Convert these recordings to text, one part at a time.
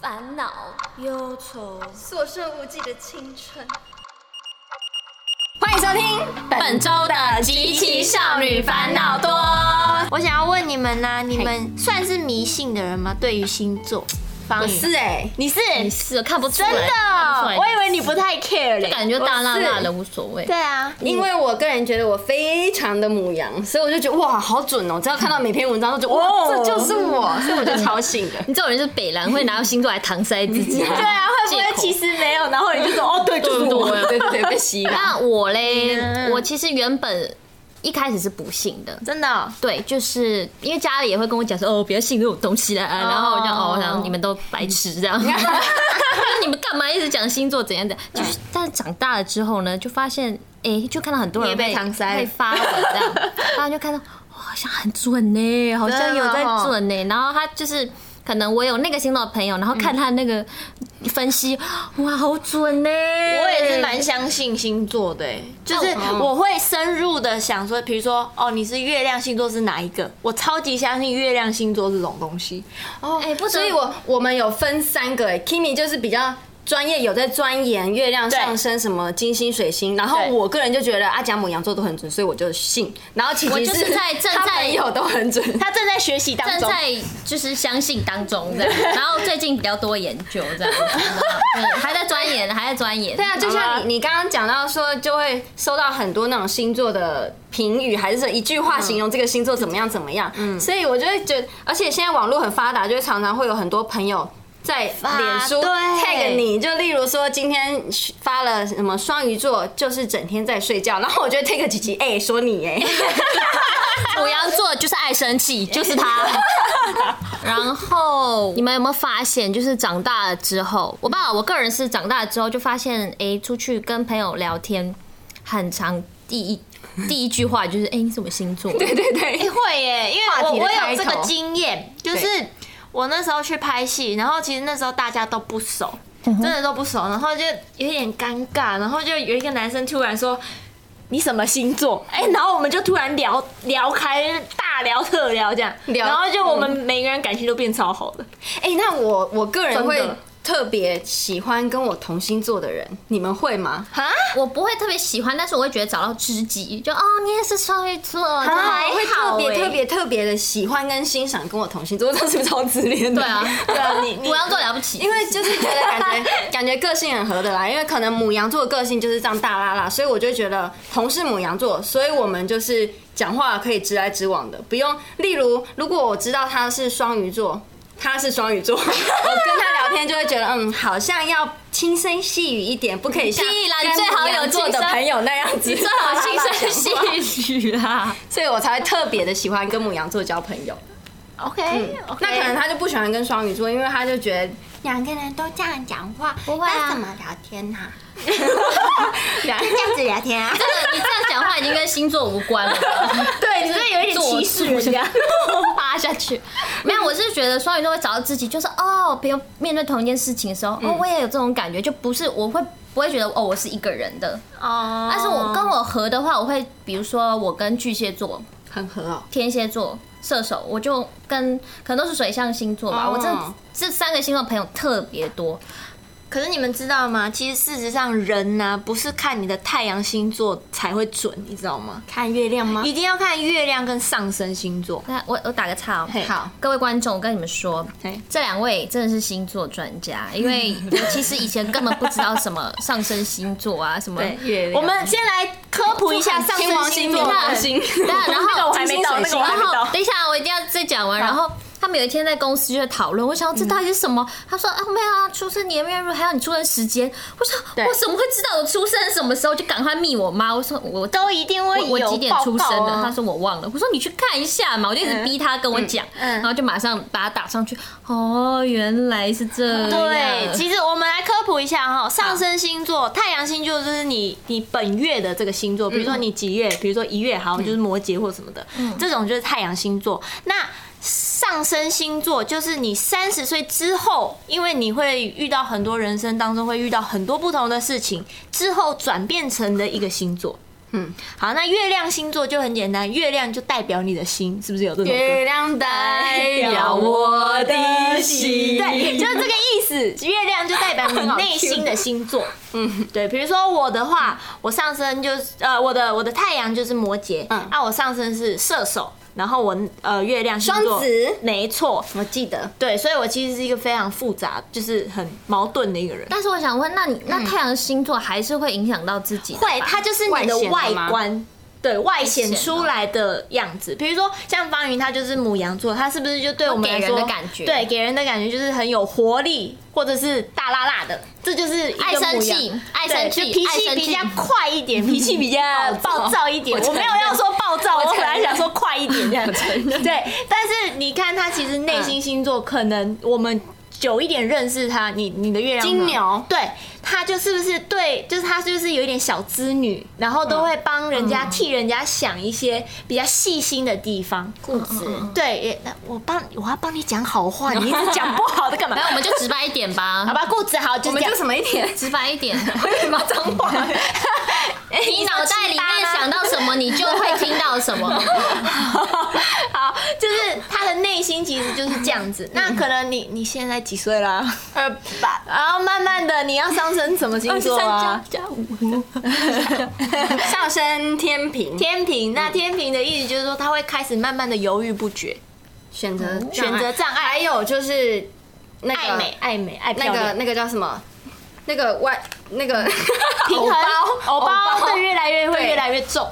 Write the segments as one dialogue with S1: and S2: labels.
S1: 烦恼、
S2: 忧愁、
S3: 所剩无几的青春。
S1: 欢迎收听本周的《集齐少女烦恼多》。
S4: 我想要问你们呢、你们算是迷信的人吗？对于星座方面，
S2: 哎、
S4: 你是
S5: 是看不出
S4: 真
S5: 来，
S4: 的
S5: 看
S4: 哦
S5: 不出，来
S4: 我以为你不太 care 嘞。
S5: 感觉大辣辣的无所谓。
S4: 对。啊，
S2: 因为我个人觉得我非常的母羊，所以我就觉得哇，好准哦！只要看到每篇文章都觉得
S4: 哦
S2: 哇，这就是 我，所以我就超信的
S5: 你这种人就是北蓝，会拿星座来搪塞自 己。
S4: 对啊，会不
S5: 借
S4: 会
S5: 口
S4: 其实没有？然后你就说哦，对，就是我。
S2: 对对对，被洗了。
S5: 那我嘞，我其实原本一开始是不信的，
S4: 真的哦、
S5: 对，就是因为家里也会跟我讲说，哦，不要信这种东西啦。然后我就哦，然后你们都白痴这 样，你们干嘛一直讲星座怎样的？就是，但是长大了之后呢，就发现，哎、就看到很多人
S4: 你也被
S5: 会
S4: 搪塞
S5: 会发文这样， 然后就看到，哇好像很准呢、好像有在准呢、
S4: 哦
S5: 然后他就是。可能我有那个星座的朋友，然后
S4: 嗯
S5: 看他那个分析，哇，好准呢、
S4: 我也是蛮相信星座的
S2: 哦
S4: 欸，就是我会深入的想说，比如说哦，你是月亮星座是哪一个？我超级相信月亮星座这种东西。
S2: 哦，
S5: 哎不得
S2: 所以我我们有分三个哎，Kimi 就是比较专业，有在钻研月亮
S4: 对
S2: 上升什么金星、水星，然后
S4: 对
S2: 我个人就觉得啊，讲母羊座都很准，所以我就信。然后其
S5: 我
S2: 实
S5: 就是在正
S2: 他
S5: 在
S2: 朋友都很准，
S4: 他正在学习当
S5: 正
S4: 中，
S5: 在就是相信当中这样，然后最近比较多研究 这样，嗯还在钻研，还在钻研。
S2: 对啊，就像你你刚刚讲到说，就会收到很多那种星座的评语，还是说一句话形容这个星座怎么样怎么样。嗯，所以我就会觉得，而且现在网络很发达，就会常常会有很多朋友。在脸书
S4: 对
S2: tag 你，就例如说今天发了什么双鱼座，就是整天在睡觉，然后我就 tag 几集，哎、说你 哎、
S5: 母羊座就是爱生气，就是 他。然后你们有没有发现，就是长大了之后，我爸我个人是长大了之后就发现，哎，出去跟朋友聊天，很长第一第一句话就是，哎，你什么星座？
S2: 对对对，
S4: 欸 会耶，因为
S2: 话
S4: 我
S2: 题的
S4: 我
S2: 开
S4: 有这个
S2: 头
S4: 经验，就是我那时候去拍戏，然后其实那时候大家都不熟，真的都不熟，然后就有点尴尬，然后就有一个男生突然说。你什么星座？哎、然后我们就突然聊聊开，大聊特聊这样，
S2: 聊
S4: 然后就我们每个人感情都变超好的。
S2: 哎、那我我个人
S4: 真的
S2: 会特别喜欢跟我同星座的人，你们会吗？
S5: 我不会特别喜欢，但是我会觉得找到知己，就哦，你也是双鱼座，
S2: 啊
S5: 那还
S2: 我会特
S5: 好
S2: 别
S5: 欸
S2: 特别特别的喜欢跟欣赏跟我同星座，这是不是超自恋的？
S5: 对啊，
S4: 对啊，你你
S5: 母羊座了不起，
S2: 因为就是觉得感 觉感觉个性很合的啦，因为可能母羊座的个性就是这样大啦啦，所以我就觉得同是母羊座，所以我们就是讲话可以直来直往的，不用。例如，如果我知道他是双鱼座，他是双鱼座，我 跟他聊天就会觉得嗯，好像要轻声细语一点，不可以像
S5: 屁啦你
S2: 跟
S5: 最好有
S2: 母羊座的
S5: 轻声
S2: 朋友那样子，
S5: 最 好轻声细语啦。
S2: 所以我才会特别的喜欢跟母羊座交朋友。嗯
S4: OK，,
S2: 那可能他就不喜欢跟双鱼座，因为他就觉得
S6: 两个人都这样讲话，
S5: 不会啊
S6: 那怎么聊天呢、就 这样子聊天啊。
S5: 真的，你这样讲话已经跟星座无关了吧。
S4: 对，你这有一点歧视人家。
S5: 扒下去，没有，我是觉得双鱼座会找到自己，就是哦，比如面对同一件事情的时候，哦，我也有这种感觉，就不是我会不会觉得哦，我是一个人的，
S4: 哦
S5: 但是我跟我合的话，我会比如说我跟巨蟹座、
S2: 很合哦。
S5: 天蝎座、射手，我就跟可能都是水象星座吧，
S2: 哦
S5: 我这这三个星座朋友特别多，
S4: 可是你们知道吗？其实事实上，人呢、不是看你的太阳星座才会准，你知道吗？
S2: 看月亮吗？
S4: 一定要看月亮跟上升星座。
S5: 那我我打个岔哦、
S4: 嘿
S2: 好，
S5: 各位观众，我跟你们说
S4: 嘿，
S5: 这两位真的是星座专家，因为我其实以前根本不知道什么上升星座啊，什么。
S2: 月
S4: 我们先来科普一下上
S2: 天王
S4: 升
S2: 星
S4: 星
S2: 座
S4: 座。
S2: 火星，
S5: 对啊，然
S4: 那个
S5: 后
S4: 我还没到，那个我还没
S5: 然后
S4: 到。
S5: 等一下，我一定要再讲完。然后他们有一天在公司就在讨论，我想要这到底是什么？他说啊，没有啊，出生年月日还有你出生时间。我说
S2: 对
S5: 我怎么会知道我出生什么时候？就赶快密我妈。我说我
S4: 都一定会
S5: 我我
S4: 有
S5: 几点
S4: 报
S5: 出
S4: 告
S5: 生的？
S4: 啊
S5: 他说我忘了。我说你去看一下嘛，我就一直逼他跟我讲，
S4: 嗯
S5: 然后就马上把它打上去。哦，原来是这样。
S4: 对，其实我们来科普一下哈，上升星座、太阳星座就是你你本月的这个星座，比如说你几月，比如说一月，好，就是摩羯或什么的，这种就是太阳星座。那上升星座就是你三十岁之后，因为你会遇到很多人生当中会遇到很多不同的事情，之后转变成的一个星座。嗯，好，那月亮星座就很简单，月亮就代表你的心，是不是有这首歌？
S2: 月亮代表我的心。
S4: 对，就是这个意思。月亮就代表你内心的星座。 嗯，对。比如说我的话，我上升就是呃，我的我的太阳就是摩羯，
S2: 嗯
S4: 啊，我上升是射手，然后我呃月亮星座
S2: 双子
S4: 没错。
S2: 我嗯记得
S4: 对，所以我其实是一个非常复杂，就是很矛盾的一个人。
S5: 但是我想问，那你那太阳星座还是会影响到自己的吧？
S4: 嗯会，它就是你的
S2: 外
S4: 外
S2: 显的吗
S4: 观。对外
S5: 显
S4: 显
S5: 的
S4: 出来的样子，比如说像方云，她就是母羊座，她是不是就对我们
S5: 给
S4: 来
S5: 人
S4: 说，
S5: 的感觉
S4: 对给人的感觉就是很有活力，或者是大辣辣的，这就是一个
S5: 爱生气
S4: 母羊
S5: 爱
S4: 对
S5: 生气
S4: 就脾
S5: 爱
S4: 气
S5: 生气
S4: 比较快一点，脾气比较呃
S2: 哦
S4: 暴躁一点。我没有要说暴躁，我本来想说快一点这样。对，但是你看他其实内心星座，可能我们久一点认识他，你你的月亮
S2: 金
S4: 呢
S2: 牛
S4: 对她就是不是对，就是她就是有一点小资女，然后都会帮人家、替人家想一些比较细心的地方。
S2: 固
S4: 嗯
S2: 执，
S4: 对，也那我帮我要帮你讲好话，你一直讲不好的干嘛
S5: 来，？我们就直白一点
S4: 好
S5: 吧，
S4: 吧，固执好，
S2: 我
S4: 就这
S2: 们
S4: 样
S2: 就。什么一点？
S5: 直白一点。
S2: 脏 话，
S5: 哎你脑袋里面想啊到什么，你就会听到什么。
S4: 好，就是她的内心其实就是这样子。那可能你你现在几岁啦？
S2: 嗯二八
S4: 然后慢慢的你要上升什么星座啊？
S5: 哦
S2: 上升天平，
S4: 天平。
S2: 嗯
S4: 那天平的意思就是说，她会开始慢慢的犹豫不决，哦
S2: 选择障碍
S4: 选择障碍，
S2: 还有就是那个
S4: 爱美爱美爱
S2: 那
S4: 漂
S2: 个
S4: 亮。
S2: 那个叫什么？那个外那个
S4: 平衡
S2: 偶
S4: 偶
S2: 包
S4: 包会越来越会
S2: 对
S4: 越来越重。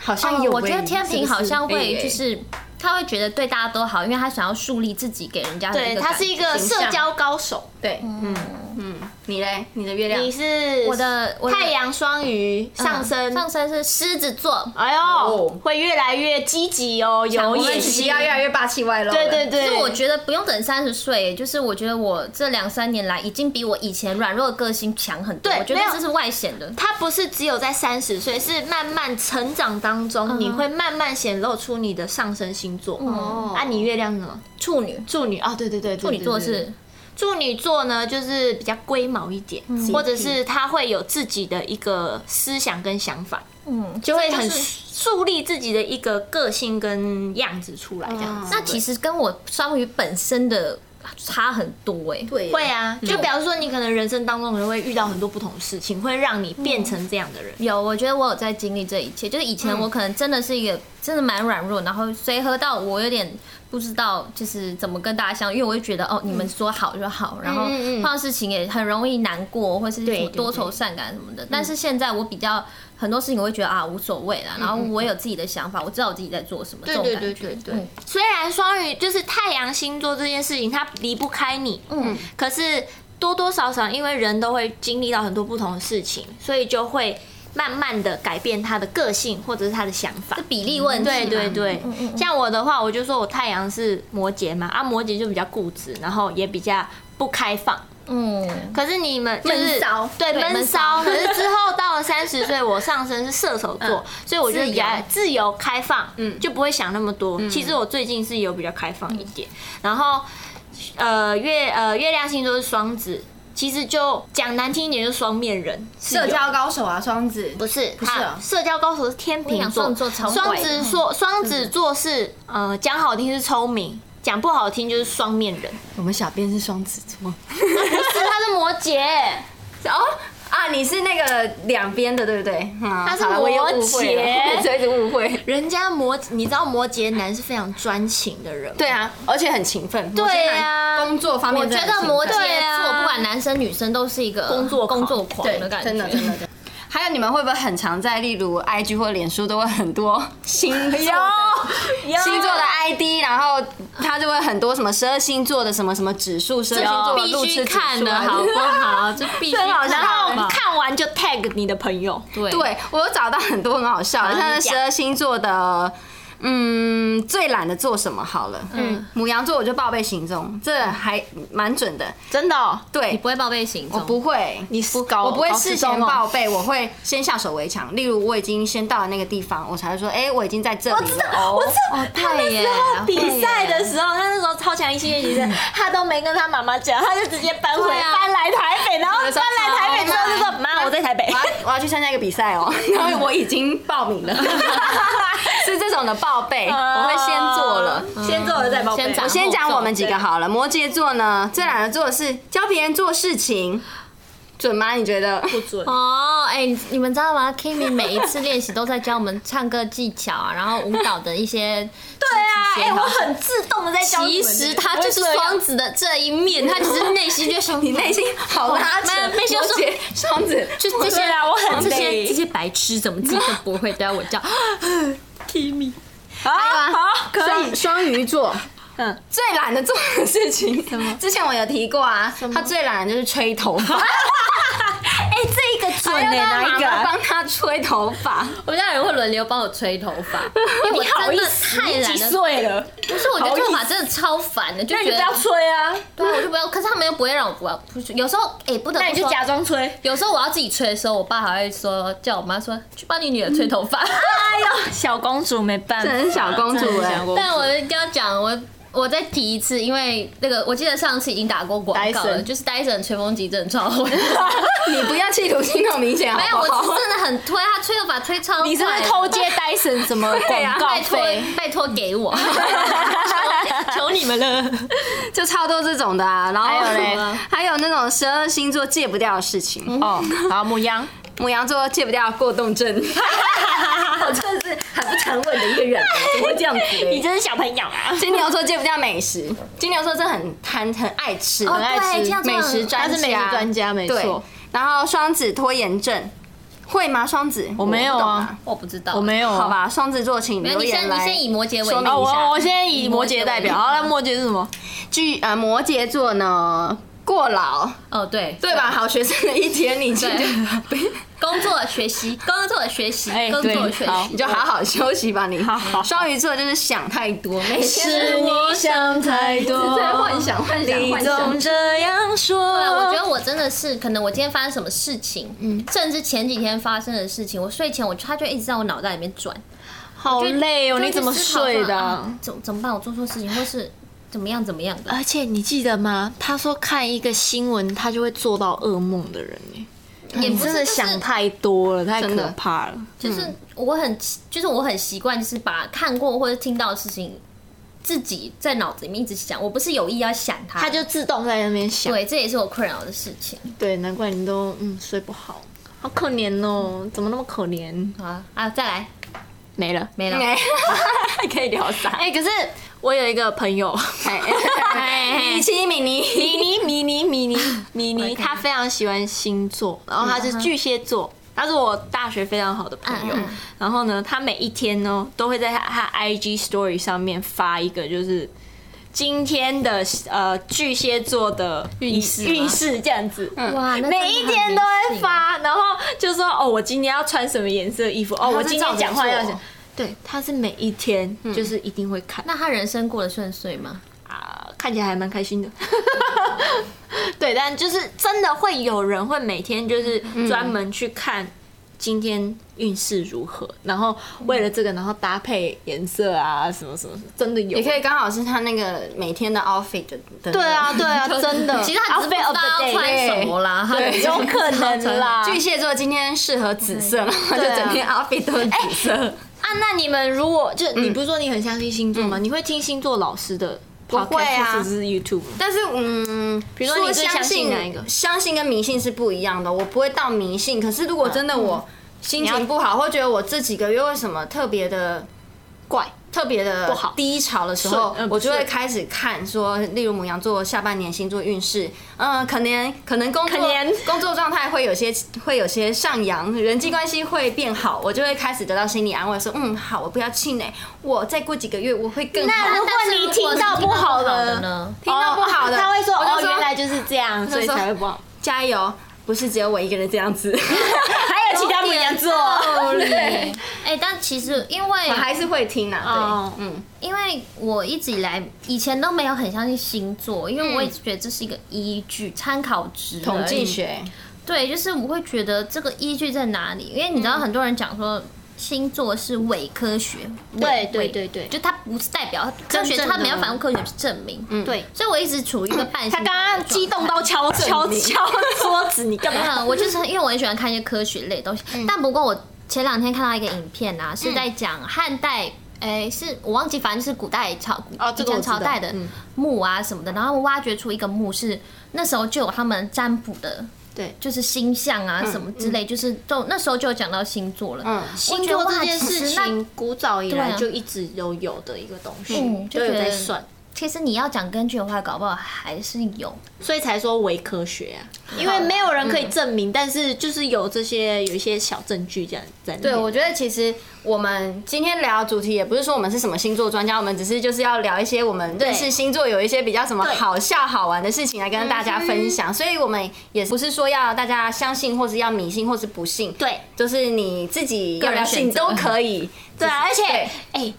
S2: 好
S4: 哎
S2: 像
S5: 哦
S2: 有欸，
S5: 我觉得天平好像
S2: 是
S5: 会
S2: 不是
S5: 就是。他会觉得对大家都好，因为他想要树立自己给人家的一
S4: 对，
S5: 个
S4: 他
S5: 感觉
S4: 是一个
S2: 形象
S4: 社交高手。
S2: 对，嗯嗯，你嘞？你的月亮
S4: 你是
S5: 我的我的
S4: 太阳双鱼
S5: 嗯
S4: 上升，
S5: 上升是狮子座，
S4: 哎呦，会越来越积极哦，有
S2: 我
S4: 野
S2: 们哦自己
S4: 心
S2: 要。越来越霸气外露了，
S4: 对对对，
S5: 是我觉得不用等三十岁，就是我觉得我这两三年来已经比我以前软弱的个性强很多。
S4: 对
S5: 我觉得
S4: 没有
S5: 这是外显的。
S4: 他不是只有在三十岁，是慢慢成长当
S5: 嗯
S4: 中，你会慢慢显露出你的上升星座。哦，啊，你月亮是什么？
S5: 处女，
S4: 处女啊，对对对，
S5: 嗯处女座
S4: 对对对
S5: 是
S4: 处女座呢，就是比较龟毛一点，
S5: 嗯
S4: 或者是他会有自己的一个思想跟想法，
S5: 嗯，
S4: 就会
S5: 这
S4: 很
S5: 是
S4: 树立自己的一个个性跟样子出来这样子。
S5: 那其实跟我双鱼本身的差很多哎、
S2: 对
S4: 会啊，就比方说你可能人生当中可能会遇到很多不同的事情，会让你变成这样的人。
S5: 有，我觉得我有在经历这一切。就是以
S4: 嗯
S5: 前我可能真的是一个真的蛮软弱，然后随和到我有点不知道就是怎么跟大家相处，因为我就觉得哦，你们说好就好，然后碰到事情也很容易难过，或是什么
S4: 嗯对对
S5: 多愁善感什么的。但是现在我比较很多事情我会觉得啊无所谓啦，然后我有自己的想法，我知道我自己在做什么，这种感觉。
S4: 嗯对对。虽然双鱼就是太阳星座这件事情，它离不开你，嗯，可是多多少少因为人都会经历到很多不同的事情，所以就会慢慢的改变他的个性或者是他的想法
S5: 这。比例问题嘛，
S4: 对对对，像我的话，我就说我太阳是摩羯嘛，啊，摩羯就比较固执，然后也比较不开放。
S5: 嗯，
S4: 可 是你们就是
S2: 闷骚
S4: 对
S5: 对
S4: 闷
S5: 闷骚
S4: 骚。可是之后到了三十岁，我上身是射手座，所以我就比较自由开放，嗯，就不会想那么多。其实我最近是有比较开放一点，然后呃月呃月亮星座是双子，其实就讲难听一点就是双面人，是有
S2: 社交高手啊，双子
S4: 不是，
S2: 不是
S4: 他
S2: 哦
S4: 社交高手是天
S5: 我
S4: 秤
S5: 想
S4: 座，
S5: 双子座超
S4: 双
S5: 怪
S4: 子座，双子座是呃讲好听是聪明，讲不好听就是双面人，
S2: 我们小编是双子座
S4: 不是他是摩羯。
S2: 哦 啊，你是那个两边的对不对？嗯
S4: 他是
S2: 好了我也误
S4: 摩
S2: 会了
S4: 羯
S2: 我一直一直误会。
S4: 人家摩，你知道摩羯男是非常专情的人，
S2: 对啊，而且很勤奋。
S4: 对啊
S2: 摩羯男工作方面
S5: 我觉
S2: 真的很
S5: 得
S2: 勤奋，
S5: 摩羯
S4: 对
S5: 座
S4: 啊
S5: 不管男生女生都是一个
S4: 工作狂
S5: 工作狂的感觉，
S2: 真的真的真的。还有你们会不会很常在例如 IG 或脸书都会很多 星座
S4: 哎
S2: 的星座的 ID，然后它就会很多什么十二星座的什么什么指数，十二星座的路
S5: 必须
S2: 痴指
S5: 看
S2: 数
S5: 的
S2: 啊
S5: 好不 好？这必须
S4: 真好
S5: 看
S4: 笑。然后
S5: 吧
S4: 看完就 tag 你的朋友，
S5: 对
S2: 对我有找到很多很好笑的，
S4: 好
S2: 像
S4: 你
S2: 是
S4: 讲
S2: 十二星座的。嗯，最懒的做什么好了？嗯，母羊座我就报备行踪，这还蛮准的。
S4: 真的哦、
S5: 你
S2: 对，
S5: 不会报备行
S2: 我
S5: 踪，
S2: 不会，
S4: 你是搞
S2: 我不会
S4: 搞
S2: 事
S4: 失踪
S2: 先
S4: 哦
S2: 报备，我会先下手为强。例如，我已经先到了那个地方，我才会说，哎，我已经在这里了。哦，
S5: 哦，对耶，
S4: 比赛的时候，他那时候超强一星学
S2: 嗯
S4: 习生，他都没跟他妈妈讲，他就直接搬回
S5: 对啊
S4: 搬来台北，然后搬
S2: 时候
S4: 来台北之后就说：“妈，家，我在台北
S2: 我。要我要去参加一个比赛 哦，然后我已经报名了， 呃是这种的报备，我会先做了。
S4: 嗯先做了再报备。
S5: 先
S2: 我
S5: 讲
S2: 先讲我们几个好了，摩羯座呢，最懒得做的是教别人做事情，准吗？你觉得？
S4: 不 准。
S5: 哦，哎、你你们知道吗？Kimi 每一次练习都在教我们唱歌技巧啊，然后舞蹈的一些 对啊
S4: 哎、我很自动的在教你
S5: 其
S4: 们
S5: 实他就是双子的这一面，他只是内心 就想
S2: 你内心好拉扯，
S5: 没有内心
S2: 摩
S5: 说
S2: 羯双 子，
S5: 就这些
S4: 对啊我很
S5: 这
S4: 累
S5: 些这些白痴怎么自己都不会都要我教，
S4: 好好可以。
S2: 双双鱼座，嗯
S4: 嗯，
S2: 最懒得做的事情，之前我有提过啊，他最懒的就是吹头发，
S4: 哎、这一个准呢、哪一
S2: 妈妈
S4: 个啊？
S2: 帮他吹头发？
S5: 我家人会轮流帮我吹头 发，因为我真的太
S4: 你
S5: 懒
S4: 几
S5: 了。
S4: 岁了？
S5: 不是，我觉得做法真的超烦的，就
S4: 那你
S5: 觉
S4: 就不要
S5: 得
S4: 吹啊，
S5: 对啊，我就不要。可是他们又不会让我不要，不是有时候哎、不得
S4: 那
S5: 不
S4: 你就
S5: 说，
S4: 假装吹。
S2: 哎
S5: 有时候我要自己吹的时候，我爸还会说叫我妈说去帮你女儿吹头 发。
S4: 哎呦，小公主没办法，
S2: 真是小公主
S4: 真是
S2: 哎
S4: 小公主
S5: 但我一定要讲，我我再提一次，因为那个我记得上次已经打过广告了，
S2: Dyson
S5: 就是 Dyson 吹风机真的超好用
S2: 你不要企图心那么明显，好
S5: 没有，我
S2: 不好
S5: 是真的很推，他吹头发推超快。啊
S4: 你是不是偷啊接 Dyson 什么
S2: 啊
S4: 广告
S5: 拜 托
S4: 费？
S5: 拜托给 我，
S4: 求你们了！
S2: 就超多这种的啊。然后
S4: 还有嘞
S2: 什么 还有那种十二星座戒不掉的事情，
S4: 哦，好，母羊，
S2: 母羊座戒不掉过动 症，我真的是很不沉稳的一个人，怎么会这样子嘞？
S4: 你真是小朋友啊！
S2: 金牛座戒不掉美食，金牛座真的很贪很爱
S4: 哦
S2: 吃，很
S5: 对
S2: 爱
S5: 这样
S2: 吃
S5: 真
S2: 美
S5: 的
S2: 食专家，
S4: 他是美食专家没错
S2: 对。然后双子拖延症会吗？双子
S4: 我没有
S2: 不懂
S4: 啊，
S5: 我不知道，
S4: 我没有啊
S2: 好。吧，双子座请
S5: 没有。
S2: 留
S5: 你
S2: 言
S5: 先你
S2: 来
S5: 先以摩羯为
S2: 说
S5: 例
S2: 明
S4: 哦，
S2: 一下
S4: 我我先以摩羯代表，
S5: 以摩羯为
S4: 好，
S5: 例
S4: 那摩羯是什么？
S2: 据呃摩羯座呢过劳
S5: 哦，对
S2: 对吧？好学生的一天，你就
S5: 对，工作学习，工作学习，
S4: 哎
S5: 工作
S4: 对
S5: 学
S4: 好
S5: 习
S2: 你。就好好休息吧。你
S4: 好好
S2: 双鱼座就是想太多，每
S4: 是
S2: 天
S4: 我想太多，
S2: 在幻想幻想
S4: 你
S2: 幻
S4: 总
S2: 想。
S4: 这样说。
S5: 对，我觉得我真的是，可能我今天发生什么事情，
S4: 嗯
S5: 甚至前几天发生的事情，我睡前我它就一直在我脑袋里面转，
S4: 好累哦，
S5: 就
S4: 你
S5: 一直
S4: 怎么
S5: 思考
S4: 睡
S5: 说
S4: 的啊？嗯
S5: 啊怎么怎么办？我做错事情，或是怎么样怎么样的？
S4: 而且你记得吗？他说看一个新闻，他就会做到噩梦的人哎，
S5: 也
S4: 你
S5: 不是
S4: 真的
S5: 就是
S4: 想太多了，太
S2: 真的
S4: 可怕了。
S5: 就是我很习，就是我很习惯，就是把看过或者听到的事情，自己在脑子里面一直想，我不是有意要想它，
S4: 他就自动在那边想，
S5: 对，这也是我困扰的事情
S4: 对，难怪你都嗯睡不好，好可怜哦，怎么那么可怜？
S5: 好啊啊！再来，
S4: 没了。
S5: 没了，
S2: 哎
S4: 还 可以聊啥？哎、可是我有一个朋友，
S2: 哎米奇米妮，
S4: 米妮，米妮，米妮，米妮，她非常喜欢星座，然后她
S2: 嗯
S4: 是巨蟹座。她是我大学非常好的朋友，
S2: 嗯
S4: 然后呢，她每一天呢都会在她她 IG Story 上面发一个，就是今天的呃巨蟹座的运势运势这样子，
S2: 嗯
S5: 哇，那真的
S4: 每
S5: 很
S4: 一天都会发，然后就说哦，我今天要穿什么颜色的衣服，哦，我今天讲话要
S2: 照着
S4: 讲
S2: 做，哦嗯
S4: 对，她是每一天就是一定会看。
S5: 那他人生过得顺遂吗？
S4: 啊，看起来还蛮开心的。对，但就是真的会有人会每天就是专门去看今天运势如何，然后为了这个，然后搭配颜色啊什么什么，真的有。
S2: 也可以刚好是他那个每天的 outfit 的。的
S4: 对啊，对啊，真的。
S5: 其实他只是不知
S4: Outfit
S5: 道
S4: of
S5: 要
S4: the day
S5: 穿什么啦，他
S4: 对，有可能啦。
S2: 巨蟹座今天适合紫色，然后就
S4: 对啊
S2: 整天 outfit 都是紫色。
S4: 啊，那你们如果就你不是说你很相信星座吗？你会听星座老师的
S2: 不
S4: p o
S2: 会啊
S4: 或者是 YouTube 吗
S2: 但是，嗯，比
S4: 如说你最相信哪一个
S2: 相信跟迷信是不一样的，我不会到迷信。可是如
S4: 嗯
S2: 果真的我心情不好，或觉得我这几个月为什么特别的
S4: 怪
S2: 特别的
S4: 不好
S2: 低潮的时
S4: 顺
S2: 候
S4: 呃，不
S2: 我就会
S4: 顺
S2: 开始看说，例如母羊座下半年星座运势，嗯，可能可能工作
S4: 可怜
S2: 工作状态会有些会有些上扬，人际关系会变好，我就会开始得到心理安慰，说嗯好，我不要气馁，我再过几个月我会更好。哦
S4: 那如果
S5: 但是
S4: 你听到不好的
S5: 呢？
S2: 听到不好的，
S4: 他会说
S2: 我
S4: 哦，
S2: 就
S4: 原来就是这样，所以才会不好。
S2: 加油，不是只有我一个人这样 子，哦
S4: 还有其他母羊座，
S5: 对，哎，但其实因为
S2: 我还是会听啊
S4: 哦，
S2: 对，嗯，
S5: 因为我一直以来以前都没有很相信星座，因为
S4: 嗯
S5: 我一直觉得这是一个依据、参考值而已、
S2: 统计学，
S4: 嗯
S5: 对，就是我会觉得这个依据在哪里？因为你知道很多人讲说星座是伪科学，
S4: 对
S5: 伪
S4: 对对对
S5: 就它不是代表科
S4: 真
S5: 学，
S4: 正
S5: 它没有
S4: 的
S5: 反用科学去证明。嗯，
S4: 对，
S5: 所以我一直处于一个半信
S4: 他
S5: 半疑的
S4: 刚刚
S5: 状态
S4: 激动到敲敲敲桌子，你干
S5: 没
S4: 嘛？
S5: 有，嗯我就是因为我很喜欢看一些科学类的东西，
S4: 嗯
S5: 但不过我前两天看到一个影片啊，是在讲汉代。哎，是我忘记，反正是古代朝
S4: 哦
S5: 以
S4: 这个我
S5: 前
S4: 知道
S5: 朝代的墓啊什么的，然后挖掘出一个墓是那时候就有他们占卜的，
S4: 对嗯
S5: 就是星象啊什么之类，就是就那时候就有讲到星座了。
S2: 嗯
S5: 我
S4: 星
S5: 觉得
S4: 座
S5: 哇
S4: 这件事，
S5: 其实那
S4: 情古早以
S5: 对
S4: 来
S5: 啊
S4: 就一直都有的一个东西，
S5: 嗯
S4: 都
S5: 就
S4: 有
S5: 觉
S4: 在
S5: 得
S4: 算，
S5: 其实你要讲根据的话，搞不好还是有。
S4: 所以才说伪科学啊，因为没有人可以证明，但是就是有这些有一些小证据这样在那边。
S2: 对，我觉得其实我们今天聊的主题也不是说我们是什么星座专家，我们只是就是要聊一些我们认识星座有一些比较什么好笑好玩的事情来跟大家分享，所以我们也不是说要大家相信或是要迷信或是不信，
S4: 对
S2: 就是你自己要
S5: 个
S2: 不
S5: 人
S2: 要
S5: 选
S2: 信
S5: 择
S2: 都可以。
S4: 对啊，而且
S2: 对
S4: 哎、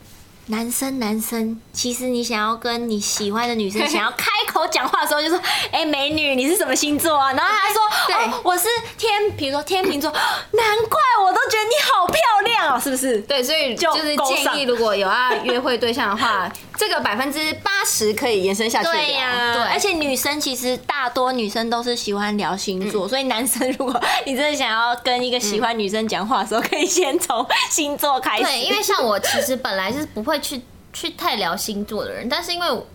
S4: 男生男生，其实你想要跟你喜欢的 女生想要开口讲话的时候，就说哎、美女，你是什么星座啊？然后他说哦，我是天，比如说天秤座， 难怪我都觉得你好漂亮哦，是不是？
S2: 对，所以
S4: 就
S2: 就是
S4: 勾
S2: 建
S4: 上
S2: 议，如果有要约会对象的 话，这个百分之八十可以延伸下去聊。
S4: 对呀、
S5: 对
S4: 而且女生其实大多女生都是喜欢聊星
S2: 嗯
S4: 座，所以男生如果你真的想要跟一个喜欢女生讲话的时候，可以先从星座开始。
S5: 对，因为像我其实本来是不会去 去太聊星座的人，但是因为我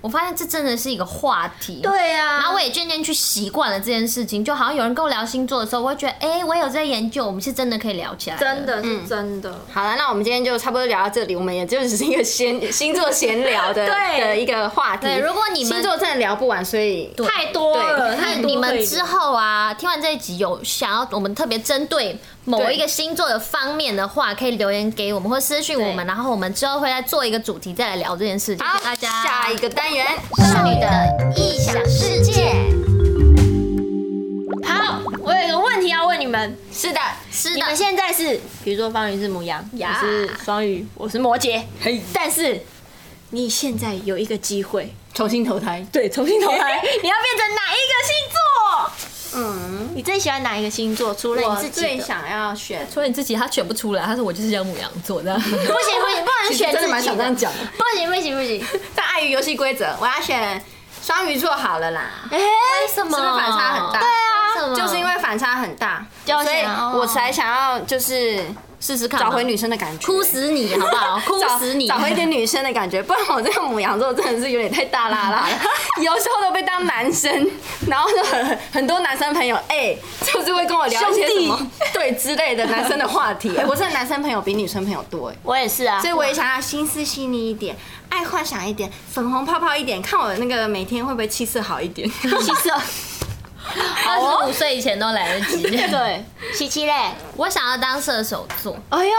S5: 我发现这真的是一个话题，
S4: 对啊呀、
S5: 然后我也渐渐去习惯了这件事情，就好像有人跟我聊星座的时候，我会觉得，哎、我有在研究，我们是真的可以聊起来。
S3: 真，的
S1: 嗯
S3: 是真的。
S2: 好了，那我们今天就差不多聊到这里，我们也就只是一个闲星座闲聊的
S4: 对
S2: 的一个话题。
S5: 对如果你们
S2: 星座真的聊不完，所以
S4: 太多了，
S2: 对
S4: 太
S5: 那
S4: 多
S5: 你
S4: 可
S5: 们
S4: 以
S5: 之后啊，听完这一集有想要我们特别针对某一个星座的方面的话，可以留言给我们或私讯我们，然后我们之后会再做一个主题再来聊这件事情。
S2: 好，
S5: 谢谢大家
S2: 下一个单元，
S5: 少女的异想世界。
S4: 好，我有一个问题要问你们，
S2: 是的，
S5: 是
S4: 你
S5: 的
S4: 们，现在是，比如说方宇是母羊，你
S2: 呀
S4: 是双鱼，我是摩羯，但是你现在有一个机会，
S2: 重新投胎。
S4: 对，重新投 胎，你要变成哪一个星座？嗯，你最喜欢哪一个星座？除了
S2: 我
S4: 你自己
S2: 最
S4: 的
S2: 想要选，
S5: 除了你自己，他选不出来，他说我就是要母羊座的。
S4: 不行不行，不能选
S2: 真的
S4: 自
S2: 蛮
S4: 己
S2: 想这
S4: 的
S2: 样，讲的，
S4: 不行不行不行，
S2: 但碍于游戏规则，我要选双鱼座好了啦，
S4: 哎，
S5: 什么？
S2: 是不是反差很大？
S5: 对啊，什么
S2: 就是因为反差很大，
S4: 就
S2: 所以
S4: 想哦
S2: 我才想要就是
S5: 试试看吧
S2: 找回女生的感觉，
S5: 哭死你好不 好？
S4: 哦
S5: 哭
S2: 找
S5: 死你！
S2: 找回一点女生的感觉，不然我这个母羊座真的是有点太大啦啦了，有时候都被当男生，然后就很很多男生朋友，哎、就是会跟我聊一些什么对之类的男生的话题、哎我真的男生朋友比女生朋友多、哎，
S4: 我也是啊
S2: 所，以我也想要心思细腻一点，爱幻想一点，粉红泡泡一点，看我那个每天会不会气色好一点。
S4: 其实哦
S5: 二十五岁以前都来得及。
S4: 对，七七嘞，
S5: 我想要当射手座，
S4: 哎呦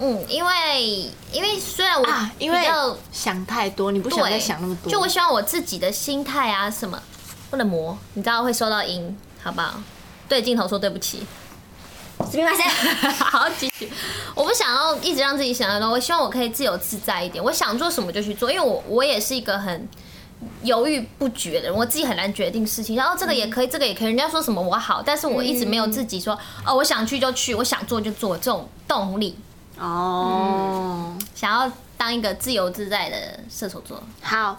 S5: 嗯，因为因为虽然我
S4: 啊，因为
S5: 比较
S4: 想太多，你不想再
S5: 对，
S4: 想那么多，
S5: 就我希望我自己的心态啊什么不能磨，你知道会收到音，好不好？对镜头说对不起。
S2: すみません。
S5: 好，继续。我不想要一直让自己想要的，我希望我可以自由自在一点。我想做什么就去做，因为我我也是一个很犹豫不决的人，我自己很难决定事情。然后这个也可以，这个也可以，人家说什么我好，但是我一直没有自己说
S4: 嗯
S5: 哦，我想去就去，我想做就做这种动力。
S4: 哦。
S5: 想要当一个自由自在的射手座，
S4: 好，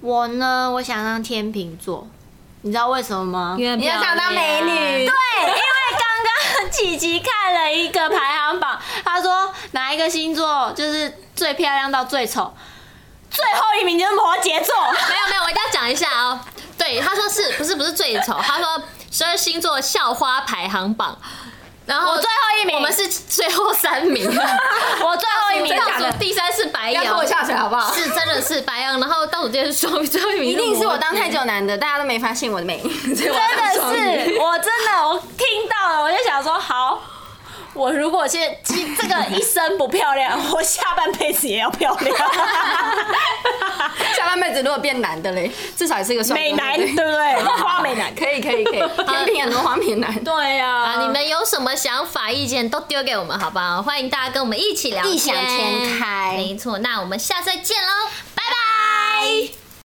S4: 我呢，我想当天秤座，你知道为什么吗？因为
S2: 你要想当美女，
S4: 刚刚琪琪看了一个排行榜，他说哪一个星座就是最漂亮到最丑，最后一名就是摩羯座。
S5: 没有没有，我一定要讲一下哦。对，他说是不是不是最丑？他说十二星座校花排行榜，然后
S4: 我最后一名
S5: 我们是 最后三名，我
S4: 最后一名
S5: 倒数第三是白
S2: 不要
S5: 羊，
S2: 拖我下水好不好？
S5: 是真的是白羊，然后倒数第二是双鱼，最后一名
S2: 一定是我当
S5: 太。
S2: 太久男的，大家都没发现我的美， 真
S4: 真的 是，我真的我听到了，我就想说好。我如果现在这个一生不漂亮，我下半辈子也要漂亮，
S2: 下半辈子如果变男的嘞，至少也是个帅哥
S4: 美男
S2: 对
S4: 对
S2: 不
S4: 不
S2: 对
S4: 对？ 花美男，
S2: 可以可以可以，天平很多花瓶男。
S4: 对呀、
S5: 啊！你们有什么想法、意见都丢给我们，好不好？欢迎大家跟我们一起聊天，
S2: 异想天开
S5: 没错，那我们下次再见喽，拜拜。